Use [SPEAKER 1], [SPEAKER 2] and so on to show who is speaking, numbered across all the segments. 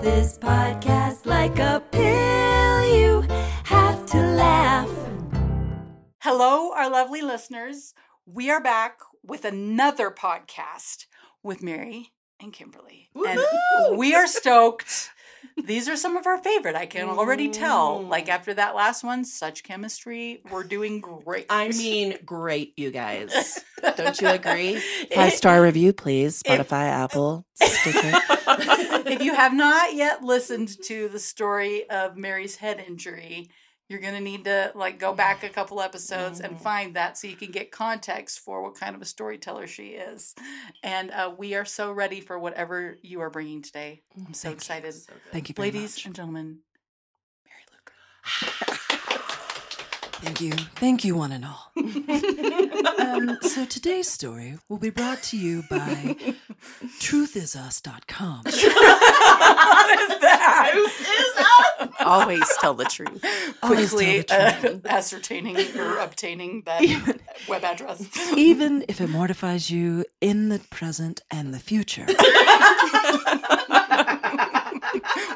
[SPEAKER 1] this podcast like a pill. You have to laugh.
[SPEAKER 2] Hello, our lovely listeners. We are back with another podcast with Mary and Kimberly. And we are stoked. These are some of our favorite. I can already tell.
[SPEAKER 3] Mm.
[SPEAKER 2] Like after that last one, such chemistry. We're doing great.
[SPEAKER 3] I mean, great, you guys. Don't you agree? Five star review, please. Spotify, Apple, Stitcher.
[SPEAKER 2] if you have not yet listened to the story of Mary's head injury, you're going to need to like go back a couple episodes and find that so you can get context for what kind of a storyteller she is. And uh, we are so ready for whatever you are bringing today. I'm so excited.
[SPEAKER 3] Thank you, very
[SPEAKER 2] Ladies
[SPEAKER 3] much.
[SPEAKER 2] and gentlemen,
[SPEAKER 4] Thank you. Thank you, one and all. um, so today's story will be brought to you by truthisus.com.
[SPEAKER 2] what is that?
[SPEAKER 3] Always tell the truth.
[SPEAKER 4] Always tell
[SPEAKER 2] Quickly
[SPEAKER 4] the
[SPEAKER 2] uh, ascertaining or obtaining that web address.
[SPEAKER 4] Even if it mortifies you in the present and the future.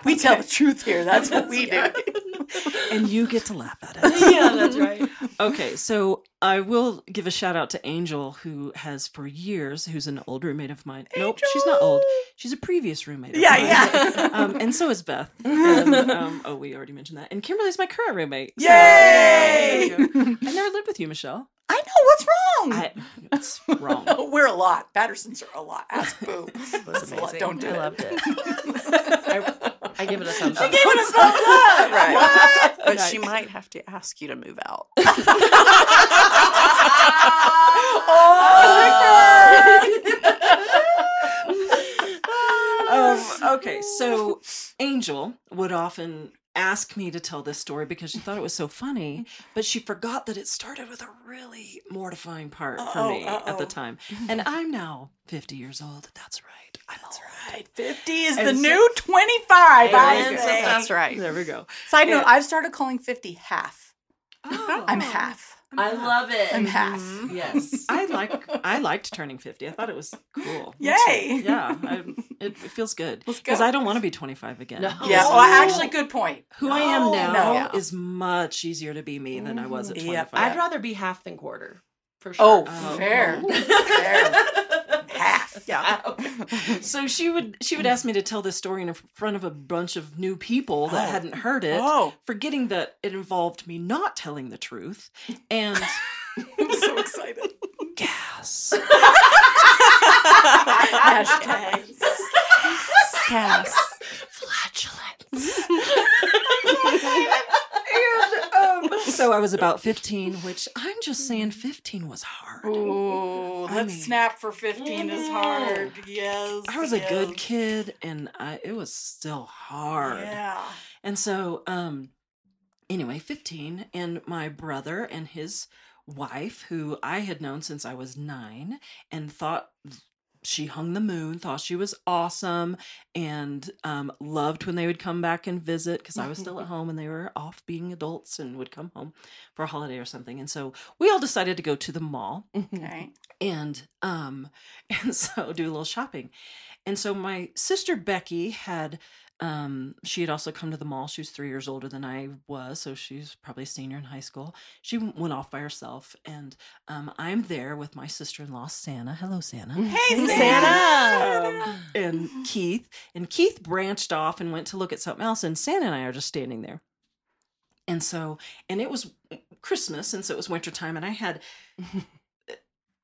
[SPEAKER 2] we tell the truth here. That's what we do.
[SPEAKER 4] and you get to laugh at it.
[SPEAKER 3] yeah, that's right.
[SPEAKER 4] Okay, so I will give a shout out to Angel, who has for years, who's an old roommate of mine. Nope, she's not old. She's a previous roommate. Of
[SPEAKER 2] Yeah,
[SPEAKER 4] mine.
[SPEAKER 2] yeah.
[SPEAKER 4] Um, and so is Beth. And, um, oh, we already mentioned that. And Kimberly's my current roommate. So-
[SPEAKER 2] Yay!
[SPEAKER 4] There you go. I never lived with you, Michelle.
[SPEAKER 2] I know what's wrong.
[SPEAKER 4] I, it's wrong.
[SPEAKER 2] We're a lot. Pattersons are a lot. Ask Boo. That's a lot. Don't do
[SPEAKER 3] I
[SPEAKER 2] it.
[SPEAKER 3] loved it. I, I give it a thumbs up.
[SPEAKER 2] Gave it a thumbs up.
[SPEAKER 5] Right.
[SPEAKER 2] What?
[SPEAKER 5] But
[SPEAKER 4] Nice.
[SPEAKER 5] she might have to ask you to move out.
[SPEAKER 2] Oh,
[SPEAKER 4] Um, okay, so Angel would often ask me to tell this story because she thought it was so funny, but she forgot that it started with a really mortifying part for me
[SPEAKER 2] Uh-oh,
[SPEAKER 4] at
[SPEAKER 2] uh-oh.
[SPEAKER 4] the time. And I'm now 50 years old. That's right. I'm old.
[SPEAKER 2] Right. 50 is the
[SPEAKER 4] And so-
[SPEAKER 2] new 25. I
[SPEAKER 5] Amen,
[SPEAKER 2] say.
[SPEAKER 5] sis, that's right.
[SPEAKER 4] There we go.
[SPEAKER 2] Side note,
[SPEAKER 4] Yeah.
[SPEAKER 2] I've started calling 50 half.
[SPEAKER 4] Oh.
[SPEAKER 2] I'm half.
[SPEAKER 3] I love it.
[SPEAKER 2] I'm half.
[SPEAKER 1] Mm-hmm.
[SPEAKER 3] Yes.
[SPEAKER 4] I like I liked turning 50. I thought it was cool.
[SPEAKER 2] Yay.
[SPEAKER 4] Yeah, I, it, it feels good
[SPEAKER 2] Let's
[SPEAKER 4] because
[SPEAKER 2] go.
[SPEAKER 4] I don't want to be 25 again.
[SPEAKER 3] No.
[SPEAKER 2] Yeah.
[SPEAKER 3] Oh.
[SPEAKER 2] Well, actually, good point.
[SPEAKER 4] who I am
[SPEAKER 2] No.
[SPEAKER 4] now
[SPEAKER 2] No.
[SPEAKER 4] is much easier to be me than I was at
[SPEAKER 2] Mm,
[SPEAKER 4] 25.
[SPEAKER 2] yep.
[SPEAKER 3] I'd rather be half than quarter. For
[SPEAKER 2] Oh,
[SPEAKER 3] sure. Um,
[SPEAKER 4] Oh.
[SPEAKER 2] fair. fair. Half.
[SPEAKER 3] yeah.
[SPEAKER 4] so she would she would ask me to tell this story in front of a bunch of new people that
[SPEAKER 2] Oh.
[SPEAKER 4] hadn't heard it,
[SPEAKER 2] Oh.
[SPEAKER 4] forgetting that it involved me not telling the truth and
[SPEAKER 2] I'm so excited.
[SPEAKER 4] gas.
[SPEAKER 2] Hashtags.
[SPEAKER 5] Yes.
[SPEAKER 4] And, um, so I was about 15, which I'm just saying 15 was hard.
[SPEAKER 2] Oh, Ooh,
[SPEAKER 4] I
[SPEAKER 2] let's
[SPEAKER 4] mean-
[SPEAKER 2] snap for 15 is hard. Yes.
[SPEAKER 4] I was a good
[SPEAKER 2] yes.
[SPEAKER 4] kid and I, it was still hard.
[SPEAKER 2] Yeah.
[SPEAKER 4] And so, um, anyway, 15, and my brother and his wife, who I had known since I was nine and thought she hung the moon, thought she was awesome, and um, loved when they would come back and visit because I was still at home and they were off being adults and would come home for a holiday or something. And so we all decided to go to the mall
[SPEAKER 2] Okay.
[SPEAKER 4] and um and so do a little shopping and so my sister becky had um she had also come to the mall she was three years older than i was so she's probably a senior in high school she went off by herself and um i'm there with my sister-in-law santa hello santa
[SPEAKER 2] Hey,
[SPEAKER 4] um, and keith and keith branched off and went to look at something else and santa and i are just standing there and so and it was christmas and so it was wintertime and i had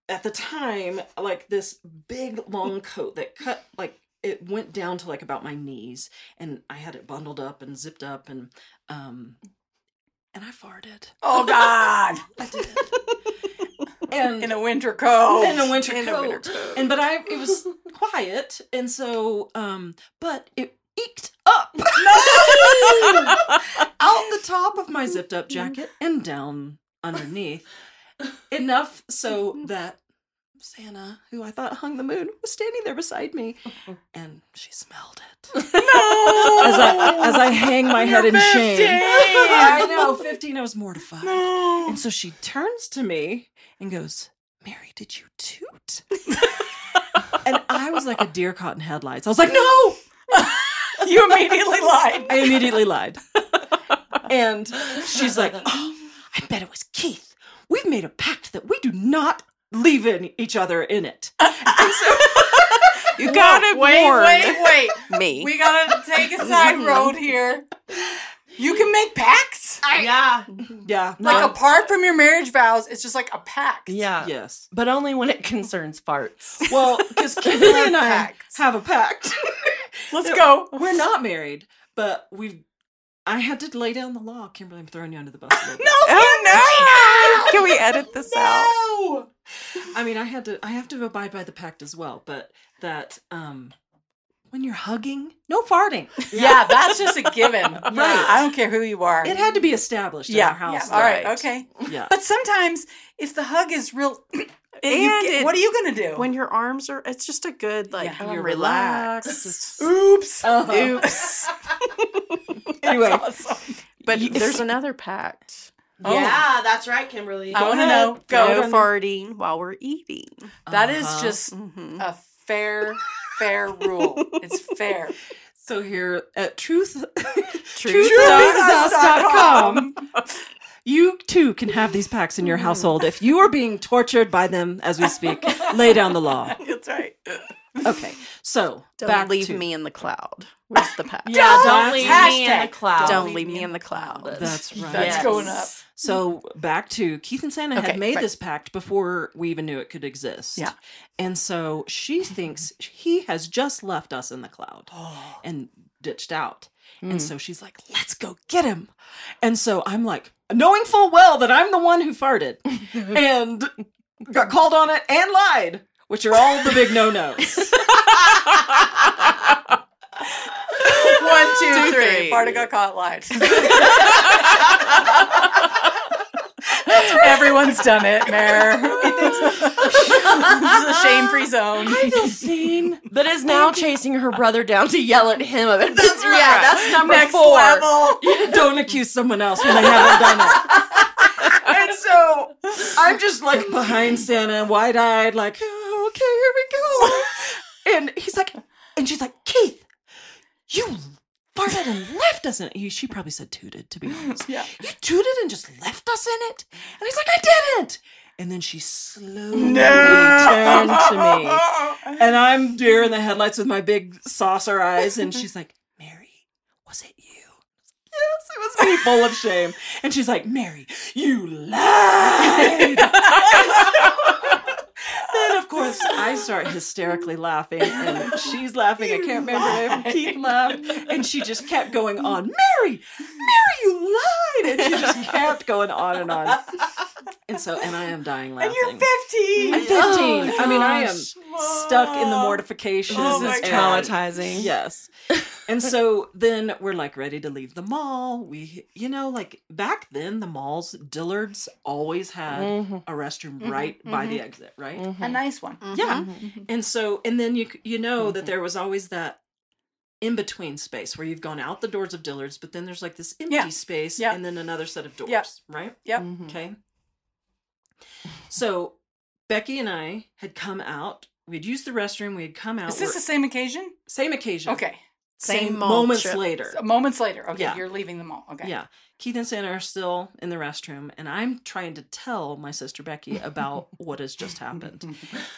[SPEAKER 4] at the time like this big long coat that cut like it went down to like about my knees and i had it bundled up and zipped up and um and i farted
[SPEAKER 2] Oh, God.
[SPEAKER 4] and
[SPEAKER 2] In a winter coat.
[SPEAKER 4] in a winter
[SPEAKER 2] In
[SPEAKER 4] coat.
[SPEAKER 2] a winter coat.
[SPEAKER 4] and but i it was quiet and so um but it eked up out the top of my zipped up jacket and down underneath enough so that santa who i thought hung the moon was standing there beside me and she smelled it
[SPEAKER 2] No.
[SPEAKER 4] as i as i hang my head in shame
[SPEAKER 2] Dang.
[SPEAKER 4] i know 15 i was mortified
[SPEAKER 2] No.
[SPEAKER 4] and so she turns to me and goes, Mary, did you toot? and I was like a deer caught in headlights. I was like, no,
[SPEAKER 2] You immediately lied.
[SPEAKER 4] I immediately lied. and she's like, oh, I bet it was Keith. We've made a pact that we do not leave in each other in it.
[SPEAKER 5] You got it.
[SPEAKER 2] Wait, wait, wait.
[SPEAKER 5] Me.
[SPEAKER 2] We gotta take a side road here. You can make pacts?
[SPEAKER 3] yeah.
[SPEAKER 4] Yeah.
[SPEAKER 2] Like apart from your marriage vows, it's just like a pact.
[SPEAKER 3] Yeah.
[SPEAKER 4] yes.
[SPEAKER 3] But only when it concerns farts.
[SPEAKER 4] Well, because Kimberly and I
[SPEAKER 2] Pact.
[SPEAKER 4] have a pact.
[SPEAKER 2] Let's go.
[SPEAKER 4] We're not married, but we've. I had to lay down the law, Kimberly. I'm throwing you under the bus. A little bit.
[SPEAKER 5] Oh no! Can we edit this out?
[SPEAKER 4] No! I mean, I had to. I have to abide by the pact as well, but that um, when you're hugging, no farting.
[SPEAKER 2] Yeah, that's just a given.
[SPEAKER 4] Right.
[SPEAKER 2] I don't care who you are.
[SPEAKER 4] It had to be established.
[SPEAKER 2] yeah,
[SPEAKER 4] in our house.
[SPEAKER 2] yeah. All right.
[SPEAKER 5] right.
[SPEAKER 2] Okay.
[SPEAKER 4] Yeah.
[SPEAKER 2] But sometimes if the hug is real, and
[SPEAKER 5] And it-
[SPEAKER 2] what are you going to do?
[SPEAKER 5] When your arms are, it's just a good like.
[SPEAKER 2] Yeah.
[SPEAKER 5] oh,
[SPEAKER 4] You're
[SPEAKER 5] relax.
[SPEAKER 2] Oops.
[SPEAKER 4] Uh-huh.
[SPEAKER 5] Oops.
[SPEAKER 4] Anyway,
[SPEAKER 5] But there's another pact.
[SPEAKER 3] Oh. Yeah, that's right, Kimberly.
[SPEAKER 2] I want to
[SPEAKER 4] ahead.
[SPEAKER 2] know.
[SPEAKER 5] Go
[SPEAKER 4] Go.
[SPEAKER 5] farting while we're eating.
[SPEAKER 2] That is
[SPEAKER 4] Uh-huh.
[SPEAKER 2] just
[SPEAKER 5] Mhm.
[SPEAKER 2] a fair, fair rule. It's fair.
[SPEAKER 4] so here at truth
[SPEAKER 2] Truthus.com.
[SPEAKER 4] truthus.com you too can have these packs
[SPEAKER 2] Mm-hmm.
[SPEAKER 4] in your household if you are being tortured by them as we speak lay down the law
[SPEAKER 5] That's right.
[SPEAKER 4] okay so
[SPEAKER 5] Don't
[SPEAKER 4] back
[SPEAKER 5] leave
[SPEAKER 4] to-
[SPEAKER 5] me in the cloud. Where's the pact?
[SPEAKER 4] Yeah,
[SPEAKER 3] don't,
[SPEAKER 4] that's-
[SPEAKER 3] leave me in the
[SPEAKER 2] Hashtag.
[SPEAKER 3] cloud.
[SPEAKER 5] Don't leave me in the cloud.
[SPEAKER 4] That's right.
[SPEAKER 2] That's
[SPEAKER 4] Yes.
[SPEAKER 2] going up.
[SPEAKER 4] So back to Keith and Santa
[SPEAKER 2] Okay,
[SPEAKER 4] had made
[SPEAKER 2] right.
[SPEAKER 4] this pact before we even knew it could exist.
[SPEAKER 2] Yeah.
[SPEAKER 4] And so she thinks he has just left us in the cloud and ditched out.
[SPEAKER 2] Hmm.
[SPEAKER 4] And so she's like, let's go get him. And so I'm like, knowing full well that I'm the one who farted and got called on it and lied, which are all the big no nos.
[SPEAKER 2] One, two,
[SPEAKER 5] Two,
[SPEAKER 2] three.
[SPEAKER 5] three.
[SPEAKER 2] Barta got caught lied. Everyone's done it, Mayor. this is a shame free zone.
[SPEAKER 4] feel seen.
[SPEAKER 3] That is now chasing her brother down to yell at him. That's Yeah,
[SPEAKER 2] right.
[SPEAKER 3] that's number
[SPEAKER 2] Next
[SPEAKER 3] four.
[SPEAKER 2] level.
[SPEAKER 4] Don't accuse someone else when they haven't done it. and so I'm just like behind Santa, wide eyed, like, "Oh, okay, here we go. And he's like, and she's like, Keith, you farted and left us in it. He- She probably said tooted, to be honest.
[SPEAKER 2] Yeah.
[SPEAKER 4] You tooted and just left us in it? And he's like, I didn't. And then she slowly turned to me. And I'm deer in the headlights with my big saucer eyes, and she's like, Mary, was it you? Yes, it was me, full of shame. And she's like, Mary, you lied. then, of course, I start hysterically laughing, and she's laughing. I can't remember if Keith laughed, and she just kept going on, Mary, Mary, you lied. And she just kept going on and on. And so, and I am dying laughing.
[SPEAKER 2] And you're 15.
[SPEAKER 4] I'm 15. I mean, I am
[SPEAKER 3] gosh.
[SPEAKER 4] stuck in the mortification.
[SPEAKER 2] Oh
[SPEAKER 3] This
[SPEAKER 2] my
[SPEAKER 3] is
[SPEAKER 2] God.
[SPEAKER 3] traumatizing.
[SPEAKER 4] Yes. And so then we're like ready to leave the mall. We, you know, like back then, the malls, Dillard's always had
[SPEAKER 2] Mm-hmm,
[SPEAKER 3] Mhm,
[SPEAKER 4] a restroom right by the exit, right?
[SPEAKER 3] mhm.
[SPEAKER 2] A nice one.
[SPEAKER 4] Yeah.
[SPEAKER 2] Mhm.
[SPEAKER 4] And so, and then you c- you know
[SPEAKER 2] Mm-hmm.
[SPEAKER 4] that there was always that in between space where you've gone out the doors of Dillard's, but then there's like this empty
[SPEAKER 2] Yeah.
[SPEAKER 4] space
[SPEAKER 2] Yeah.
[SPEAKER 4] and then another set of doors,
[SPEAKER 2] Yeah. Mm-hmm.
[SPEAKER 4] right?
[SPEAKER 2] Yep.
[SPEAKER 3] Mhm.
[SPEAKER 4] Okay. So Becky and I had come out. We'd used the restroom. We had come out.
[SPEAKER 2] Is this
[SPEAKER 4] we're-
[SPEAKER 2] the same occasion?
[SPEAKER 4] same occasion?
[SPEAKER 2] Okay.
[SPEAKER 5] Same mall
[SPEAKER 4] moments
[SPEAKER 5] trip.
[SPEAKER 4] later.
[SPEAKER 2] So moments later. Okay.
[SPEAKER 4] Yeah.
[SPEAKER 2] You're leaving the mall. Okay.
[SPEAKER 4] Yeah. Keith and Santa are still in the restroom, and I'm trying to tell my sister Becky about what has just happened.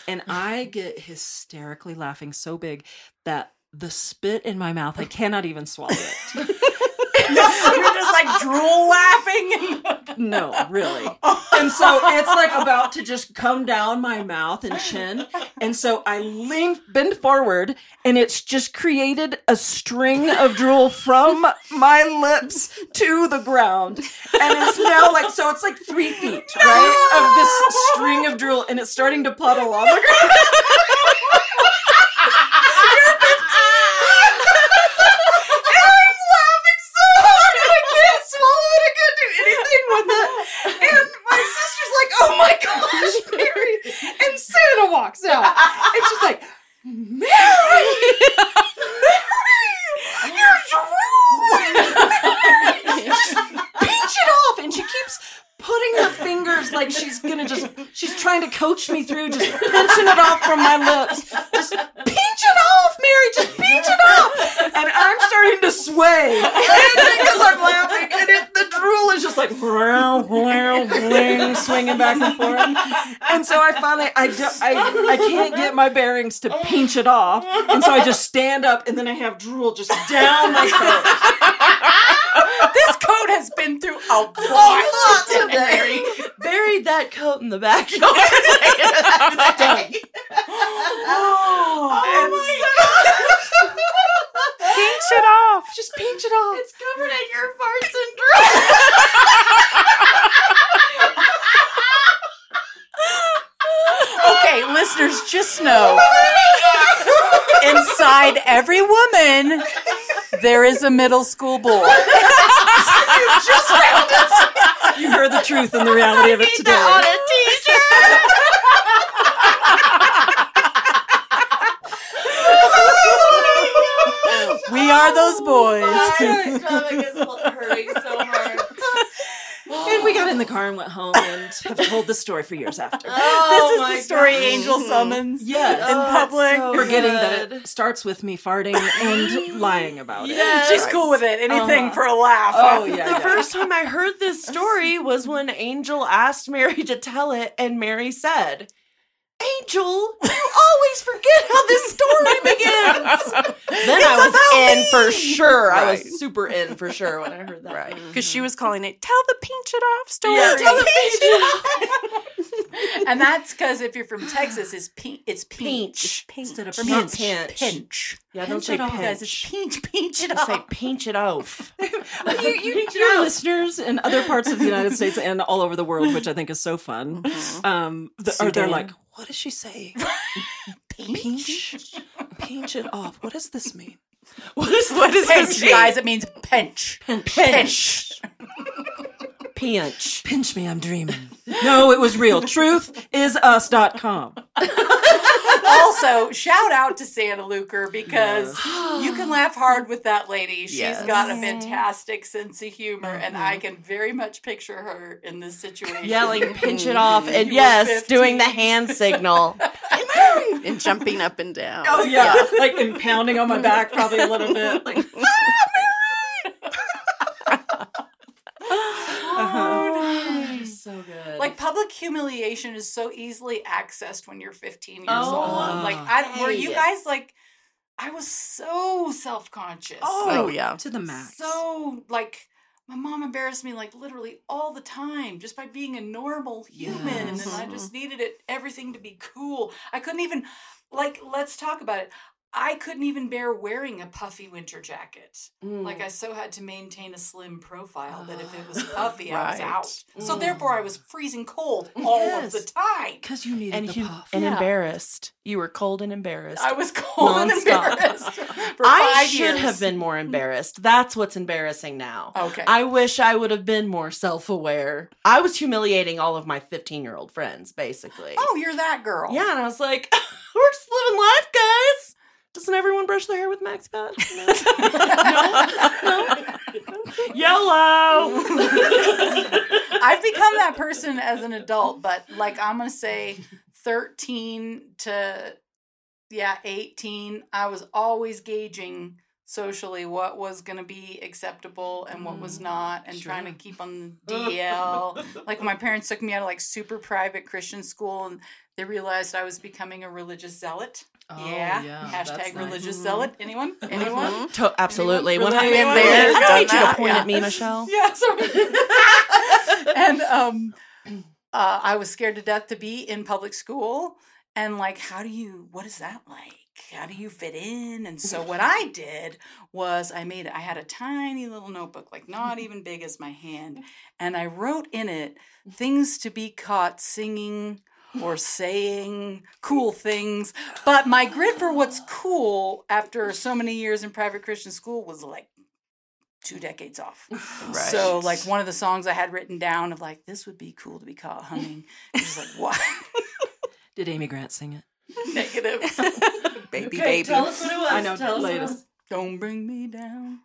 [SPEAKER 4] And I get hysterically laughing so big that the spit in my mouth, I cannot even swallow it.
[SPEAKER 2] You're just like drool laughing. Oh,
[SPEAKER 4] No, really. And so it's like about to just come down my mouth and chin. And so I lean, bend forward, and it's just created a string of drool from my lips to the ground. And it's now like, so it's like three feet, right? Of this string of drool, and it's starting to puddle on the ground. And I'm laughing so hard and I can't swallow it. I can't do anything with it. And my sister's like, oh my gosh, Mary. And Santa walks out. And she's like, Mary! Mary! You're drooling! Mary!" Just pinch it off. And she keeps putting her fingers like she's gonna just she's trying to coach me through just pinching it off from my lips just pinch it off mary just pinch it off and and I'm starting to sway and because I'm laughing, and it, the drool is just like wow, wow, wow, swinging back and forth. And so I finally, I, do, I, I can't get my bearings to pinch it off, and so I just stand up, and then I have drool just down my throat.
[SPEAKER 2] this coat has been through a lot, today.
[SPEAKER 3] Buried that coat in the backyard.
[SPEAKER 2] Oh,
[SPEAKER 4] And
[SPEAKER 5] Pinch it off.
[SPEAKER 4] just pinch it off.
[SPEAKER 3] covered in your farts and drool.
[SPEAKER 2] okay, listeners, just know inside every woman there is a middle school boy.
[SPEAKER 4] You heard the truth and the reality of it today.
[SPEAKER 2] We are those boys.
[SPEAKER 3] My stomach is hurting so hard.
[SPEAKER 4] And we got in the car and went home and have told the story for years after.
[SPEAKER 3] Oh
[SPEAKER 2] This is
[SPEAKER 3] my
[SPEAKER 2] the story
[SPEAKER 3] gosh.
[SPEAKER 2] Angel summons.
[SPEAKER 4] Yes.
[SPEAKER 2] in public.
[SPEAKER 3] so
[SPEAKER 4] Forgetting that
[SPEAKER 3] good.
[SPEAKER 4] it starts with me farting and lying about it.
[SPEAKER 3] Yes.
[SPEAKER 2] She's cool with it. Anything
[SPEAKER 4] Uh-huh.
[SPEAKER 2] for a laugh.
[SPEAKER 4] Oh, yeah.
[SPEAKER 3] the first time I heard this story was when Angel asked Mary to tell it, and Mary said, Angel, you always forget how this story begins. then I was in for sure. I
[SPEAKER 5] Right.
[SPEAKER 3] was super in for sure when I heard that.
[SPEAKER 5] Right. Because she was calling it tell the pinch it off story.
[SPEAKER 3] Yeah, tell the patient.
[SPEAKER 2] And that's because if you're from Texas, it's pe- it's
[SPEAKER 3] Pinch.
[SPEAKER 2] peach.
[SPEAKER 5] Pinch.
[SPEAKER 4] Instead of
[SPEAKER 3] Pinch.
[SPEAKER 4] pinch.
[SPEAKER 3] Pinch.
[SPEAKER 2] Pinch.
[SPEAKER 3] Yeah, don't
[SPEAKER 4] Pinch
[SPEAKER 3] say
[SPEAKER 4] it off,
[SPEAKER 3] pinch.
[SPEAKER 2] Guys, it's peach. Pinch it
[SPEAKER 3] Just
[SPEAKER 2] off.
[SPEAKER 3] say pinch it off.
[SPEAKER 4] You, you, your listeners in other parts of the United States and all over the world, which I think is so fun, um, the, are they're
[SPEAKER 3] Sudan.
[SPEAKER 4] like, what is she saying? Pinch? Pinch it off. What does this mean? What is what is
[SPEAKER 2] pinch, guys. It means pinch. Pinch.
[SPEAKER 3] Pinch.
[SPEAKER 4] Pinch me, I'm dreaming. No, it was real. Truthisus.com.
[SPEAKER 2] also, shout out to Santa Lucre because you can laugh hard with that lady. She's
[SPEAKER 5] Yes.
[SPEAKER 2] got a fantastic sense of humor, and I can very much picture her in this situation.
[SPEAKER 3] Yelling, pinch it off. And
[SPEAKER 2] were
[SPEAKER 3] yes, doing the
[SPEAKER 2] 15.
[SPEAKER 3] hand signal.
[SPEAKER 5] and jumping up and down.
[SPEAKER 4] Oh yeah, like and pounding on my back probably a little bit. Like, "Ah, Uh-huh.
[SPEAKER 3] so good.
[SPEAKER 2] Like public humiliation is so easily accessed when you're 15 years
[SPEAKER 3] Oh,
[SPEAKER 2] old. Like, I, were you
[SPEAKER 3] hey.
[SPEAKER 2] guys like? I was so self conscious.
[SPEAKER 5] Oh, yeah.
[SPEAKER 4] to the max.
[SPEAKER 2] so like my mom embarrassed me like literally all the time just by being a normal human and i just needed it everything to be cool i couldn't even like let's talk about it i couldn't even bear wearing a puffy winter jacket like
[SPEAKER 3] Mm.
[SPEAKER 2] i so had to maintain a slim profile that if it was puffy i was
[SPEAKER 5] Right.
[SPEAKER 2] out so therefore i was
[SPEAKER 3] Mm.
[SPEAKER 2] freezing cold all
[SPEAKER 4] Yes.
[SPEAKER 2] of the time
[SPEAKER 4] because you needed
[SPEAKER 3] and
[SPEAKER 4] the
[SPEAKER 3] you
[SPEAKER 4] puff.
[SPEAKER 3] and
[SPEAKER 5] Yeah.
[SPEAKER 3] embarrassed. You were cold and embarrassed.
[SPEAKER 2] i was cold and
[SPEAKER 3] Nonstop.
[SPEAKER 2] embarrassed for
[SPEAKER 3] I
[SPEAKER 2] five
[SPEAKER 3] should
[SPEAKER 2] years. Uh,
[SPEAKER 3] have been more embarrassed. That's what's embarrassing now.
[SPEAKER 2] okay
[SPEAKER 3] I wish I would have been more self aware. I was humiliating all of my 15 year old friends, basically.
[SPEAKER 2] oh you're that girl
[SPEAKER 3] Yeah, and I was like, we're just living life, guys. Doesn't everyone brush their hair with Max Pad? No. YOLO!
[SPEAKER 2] I've become that person as an adult, but like I'm gonna say 13 to yeah, 18, I was always gauging socially what was gonna be acceptable and what was not and trying to keep on the DL. like my parents took me out of like super private Christian school and they realized I was becoming a religious zealot.
[SPEAKER 4] Oh,
[SPEAKER 2] yeah. Hashtag religious zealot. Anyone? Anyone?
[SPEAKER 5] Mm-hmm.
[SPEAKER 3] To- absolutely.
[SPEAKER 4] Anyone
[SPEAKER 3] When I,
[SPEAKER 4] really
[SPEAKER 3] I
[SPEAKER 5] there?
[SPEAKER 3] don't
[SPEAKER 5] Done
[SPEAKER 3] need you to
[SPEAKER 5] that?
[SPEAKER 3] point
[SPEAKER 5] Yeah.
[SPEAKER 3] at me, Michelle.
[SPEAKER 2] Yeah, sorry. and um, uh, I was scared to death to be in public school. And like, how do you? What is that like? How do you fit in? And so what I did was I made I had a tiny little notebook, like not even big as my hand, and I wrote in it things to be caught singing or saying cool things. But my grid for what's cool after so many years in private Christian school was like two decades off. So like one of the songs I had written down of like this would be cool to be caught humming. It's just like what
[SPEAKER 4] Did Amy Grant sing it?
[SPEAKER 2] negative.
[SPEAKER 5] baby, baby.
[SPEAKER 3] us what it was.
[SPEAKER 4] I know. latest.
[SPEAKER 2] Don't bring me down.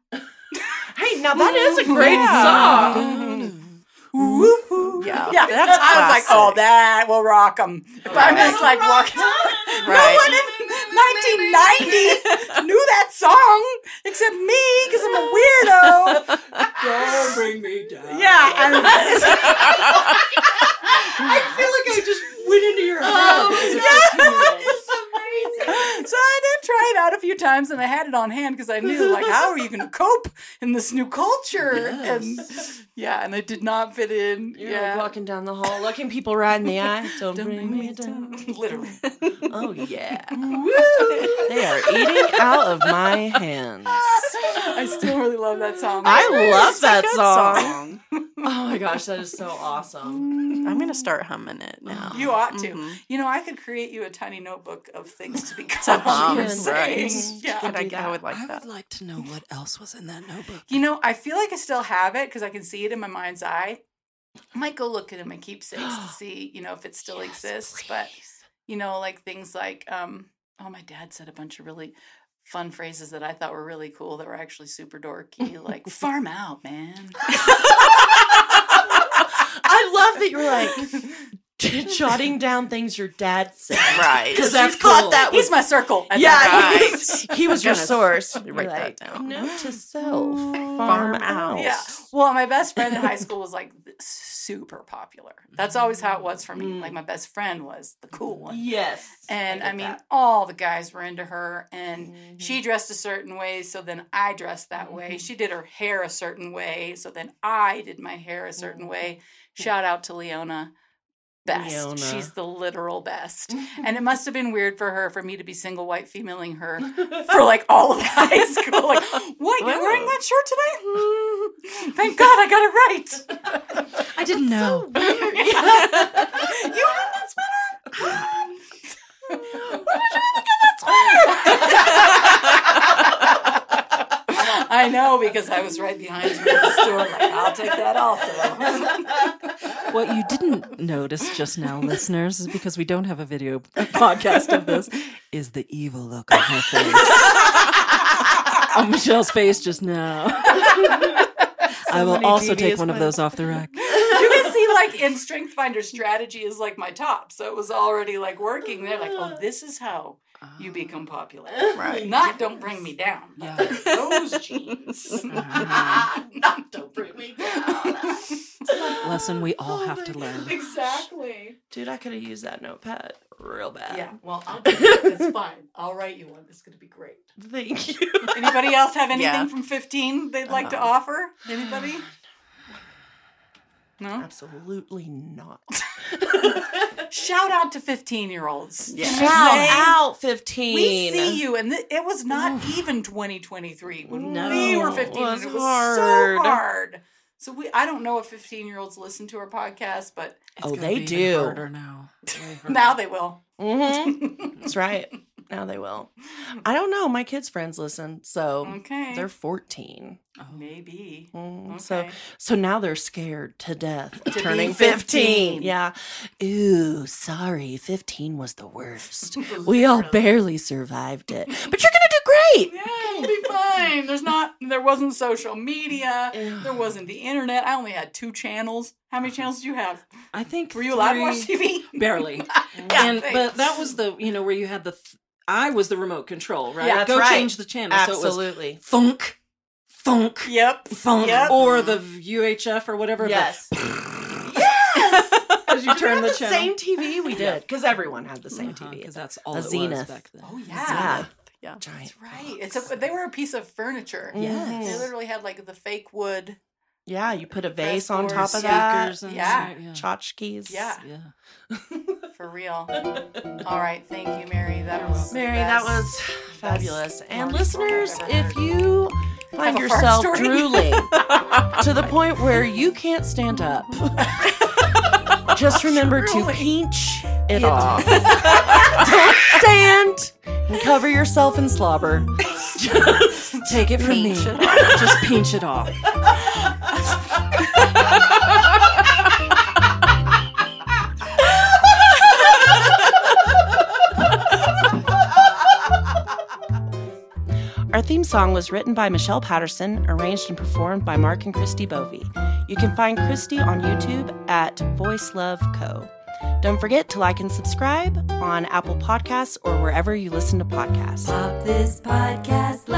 [SPEAKER 3] Hey, now that is a great
[SPEAKER 5] Yeah.
[SPEAKER 3] song.
[SPEAKER 2] Woohoo.
[SPEAKER 5] Yeah,
[SPEAKER 2] yeah.
[SPEAKER 5] that's
[SPEAKER 2] I was like, oh,
[SPEAKER 5] classic.
[SPEAKER 2] that will rock them. But I'm just like walking.
[SPEAKER 5] Right.
[SPEAKER 2] No one, in, 1990 knew that song, except me, because I'm a weirdo.
[SPEAKER 4] Don't bring me down.
[SPEAKER 2] Yeah, I'm,
[SPEAKER 4] I feel like I just went into your
[SPEAKER 2] so I did try it out a few times, and I had it on hand because I knew, like, how are you going to cope in this new culture? And yeah, and it did not fit in.
[SPEAKER 3] You're
[SPEAKER 2] yeah,
[SPEAKER 3] like walking down the hall, looking people right in the eye. Don't, bring me down.
[SPEAKER 2] Literally.
[SPEAKER 3] Oh yeah. They are eating out of my hands.
[SPEAKER 2] I still really love that song.
[SPEAKER 3] I love that
[SPEAKER 5] Good
[SPEAKER 3] song.
[SPEAKER 5] song.
[SPEAKER 3] Oh my gosh, that is so awesome.
[SPEAKER 5] I'm gonna start humming it now.
[SPEAKER 2] You ought to.
[SPEAKER 3] Mm-hmm.
[SPEAKER 5] Mhm.
[SPEAKER 2] You know, I could create you a tiny notebook of things to be
[SPEAKER 5] To
[SPEAKER 2] calm.
[SPEAKER 5] hum,
[SPEAKER 2] You're
[SPEAKER 3] Right.
[SPEAKER 2] saying. Yeah.
[SPEAKER 5] But I,
[SPEAKER 3] do
[SPEAKER 5] I would like
[SPEAKER 4] I
[SPEAKER 5] that.
[SPEAKER 4] would like to know what else was in that notebook.
[SPEAKER 2] You know, I feel like I still have it because I can see it in my mind's eye. I might go look at my keepsakes to see, you know, if it still exists. But you know, like things like, um, oh, my dad said a bunch of really fun phrases that I thought were really cool that were actually super dorky, like "farm out, man."
[SPEAKER 3] I love that you're like jotting down things your dad said.
[SPEAKER 5] Right.
[SPEAKER 3] Because
[SPEAKER 4] That's
[SPEAKER 3] you thought
[SPEAKER 4] cool.
[SPEAKER 3] that was
[SPEAKER 2] He's my circle. I
[SPEAKER 3] yeah,
[SPEAKER 2] thought.
[SPEAKER 5] Right.
[SPEAKER 3] he was, he was your
[SPEAKER 5] gonna
[SPEAKER 3] source.
[SPEAKER 5] write
[SPEAKER 3] You're
[SPEAKER 5] that
[SPEAKER 3] like,
[SPEAKER 5] down.
[SPEAKER 3] Note to self, farm,
[SPEAKER 5] Farm
[SPEAKER 3] out.
[SPEAKER 5] out.
[SPEAKER 2] Yeah. Well, my best friend in high school was like super popular. That's always how it was for me.
[SPEAKER 4] Mm.
[SPEAKER 2] Like my best friend was the cool one.
[SPEAKER 3] Yes.
[SPEAKER 2] And I,
[SPEAKER 3] get
[SPEAKER 2] mean,
[SPEAKER 3] that. Mm-hmm.
[SPEAKER 2] all the guys were into her and she dressed a certain way, so then I dressed that way. She did her hair a certain way, so then I did my hair a certain
[SPEAKER 3] Mm-hmm.
[SPEAKER 2] way. Shout out to Leona. Best.
[SPEAKER 3] Leona.
[SPEAKER 2] She's the literal best. and it must have been weird for her for me to be single white femaling her for like all of high school. Like, what? You're wearing
[SPEAKER 5] Wow.
[SPEAKER 2] that shirt today? Mm, Thank God I got it right.
[SPEAKER 4] I didn't know.
[SPEAKER 2] You have that sweater? Um, I know because I was right behind you in the store. Like, I'll take that also.
[SPEAKER 4] What you didn't notice just now, listeners, is because we don't have a video podcast of this, is the evil look on her face. on Michelle's face just now. I will
[SPEAKER 3] many
[SPEAKER 4] also take
[SPEAKER 3] devious
[SPEAKER 4] one of
[SPEAKER 3] ones.
[SPEAKER 4] those off the rack.
[SPEAKER 2] you can see like in strength finder strategy is like my top so it was already like working there like oh this is how you become popular
[SPEAKER 5] Right.
[SPEAKER 2] not don't bring me down
[SPEAKER 4] Yeah.
[SPEAKER 2] those jeans not don't bring me down
[SPEAKER 4] Lesson we all
[SPEAKER 3] Oh
[SPEAKER 4] have to learn.
[SPEAKER 2] exactly
[SPEAKER 3] Dude, I could have used that notepad real bad.
[SPEAKER 2] yeah well I'll do it. it's fine i'll write you one it's gonna be great
[SPEAKER 3] Thank you.
[SPEAKER 2] anybody else have anything
[SPEAKER 5] Yeah.
[SPEAKER 2] from 15 they'd like to
[SPEAKER 5] Uh-huh.
[SPEAKER 2] offer anybody no
[SPEAKER 3] Absolutely not.
[SPEAKER 2] shout out to 15 year olds
[SPEAKER 5] Yeah.
[SPEAKER 3] Shout
[SPEAKER 2] Say-
[SPEAKER 3] out 15.
[SPEAKER 2] We see you, and th- it was not even 2023 when
[SPEAKER 4] No.
[SPEAKER 2] we were 15.
[SPEAKER 3] It
[SPEAKER 2] and
[SPEAKER 3] was
[SPEAKER 2] it was
[SPEAKER 3] hard.
[SPEAKER 2] so hard. So we, I don't know if 15 year olds listen to our podcast, but
[SPEAKER 4] It's
[SPEAKER 3] Oh,
[SPEAKER 4] gonna
[SPEAKER 3] they
[SPEAKER 4] be even
[SPEAKER 3] do.
[SPEAKER 4] Harder now. Way harder.
[SPEAKER 2] now they will.
[SPEAKER 3] hmm That's right. Now they will. I don't know. My kids' friends listen, so
[SPEAKER 2] Okay. Oh.
[SPEAKER 3] they're 14.
[SPEAKER 2] Maybe.
[SPEAKER 3] Mm,
[SPEAKER 2] Okay.
[SPEAKER 3] So so now they're scared to death of
[SPEAKER 2] To be
[SPEAKER 3] turning 15.
[SPEAKER 2] 15.
[SPEAKER 3] Yeah. Ooh, sorry. 15 was the worst. we all barely survived it. But you're going to do great.
[SPEAKER 2] yeah, it'll be fine. There's not. There wasn't social media. There wasn't the internet. I only had two channels. How many channels did you have?
[SPEAKER 4] I think
[SPEAKER 2] Were you allowed to watch
[SPEAKER 4] Uh-huh. three-
[SPEAKER 2] TV?
[SPEAKER 4] Barely.
[SPEAKER 2] Yeah,
[SPEAKER 4] and
[SPEAKER 2] thanks.
[SPEAKER 4] but that was the you know where you had the th- I was the remote control, right?
[SPEAKER 3] Yeah, that's
[SPEAKER 4] Go
[SPEAKER 3] right.
[SPEAKER 4] change the channel. So it was
[SPEAKER 3] Absolutely.
[SPEAKER 4] thunk, thunk,
[SPEAKER 2] Yep.
[SPEAKER 4] thunk,
[SPEAKER 2] Yep.
[SPEAKER 4] or the UHF or whatever. the-
[SPEAKER 3] Yes.
[SPEAKER 4] as you turn the,
[SPEAKER 3] the
[SPEAKER 4] channel.
[SPEAKER 3] same TV we did because everyone had the same TV.
[SPEAKER 4] because that's all
[SPEAKER 3] A
[SPEAKER 4] it was
[SPEAKER 3] Zenith.
[SPEAKER 4] back then.
[SPEAKER 2] Oh yeah.
[SPEAKER 3] yeah.
[SPEAKER 5] Yeah.
[SPEAKER 3] Giant.
[SPEAKER 2] Right. It's a, they were a piece of furniture.
[SPEAKER 4] Yes.
[SPEAKER 2] They literally had like the fake wood
[SPEAKER 3] Yeah, you put a vase on
[SPEAKER 2] Pressboard
[SPEAKER 3] top of that.
[SPEAKER 4] Speakers and
[SPEAKER 2] yeah.
[SPEAKER 4] yeah.
[SPEAKER 3] Tchotchkes.
[SPEAKER 2] Yeah.
[SPEAKER 4] yeah.
[SPEAKER 2] for real. All right, thank you, Mary. That was the
[SPEAKER 3] Mary, that
[SPEAKER 2] best.
[SPEAKER 3] was fabulous. And
[SPEAKER 2] party story I've
[SPEAKER 3] listeners,
[SPEAKER 2] ever
[SPEAKER 3] if
[SPEAKER 2] heard.
[SPEAKER 3] you find
[SPEAKER 2] a fart
[SPEAKER 3] yourself
[SPEAKER 2] story.
[SPEAKER 3] drooling to the point where you can't stand up, just remember to
[SPEAKER 2] Drooling.
[SPEAKER 3] pinch it off. Don't stand and cover yourself in slobber.
[SPEAKER 4] Take it from me. Just pinch it off.
[SPEAKER 3] Our theme song was written by Michelle Patterson, arranged and performed by Mark and Christy Bovey. You can find Christy on YouTube at Voice Love Co. Don't forget to like and subscribe on on Apple Podcasts or wherever you listen to podcasts.
[SPEAKER 1] Pop this podcast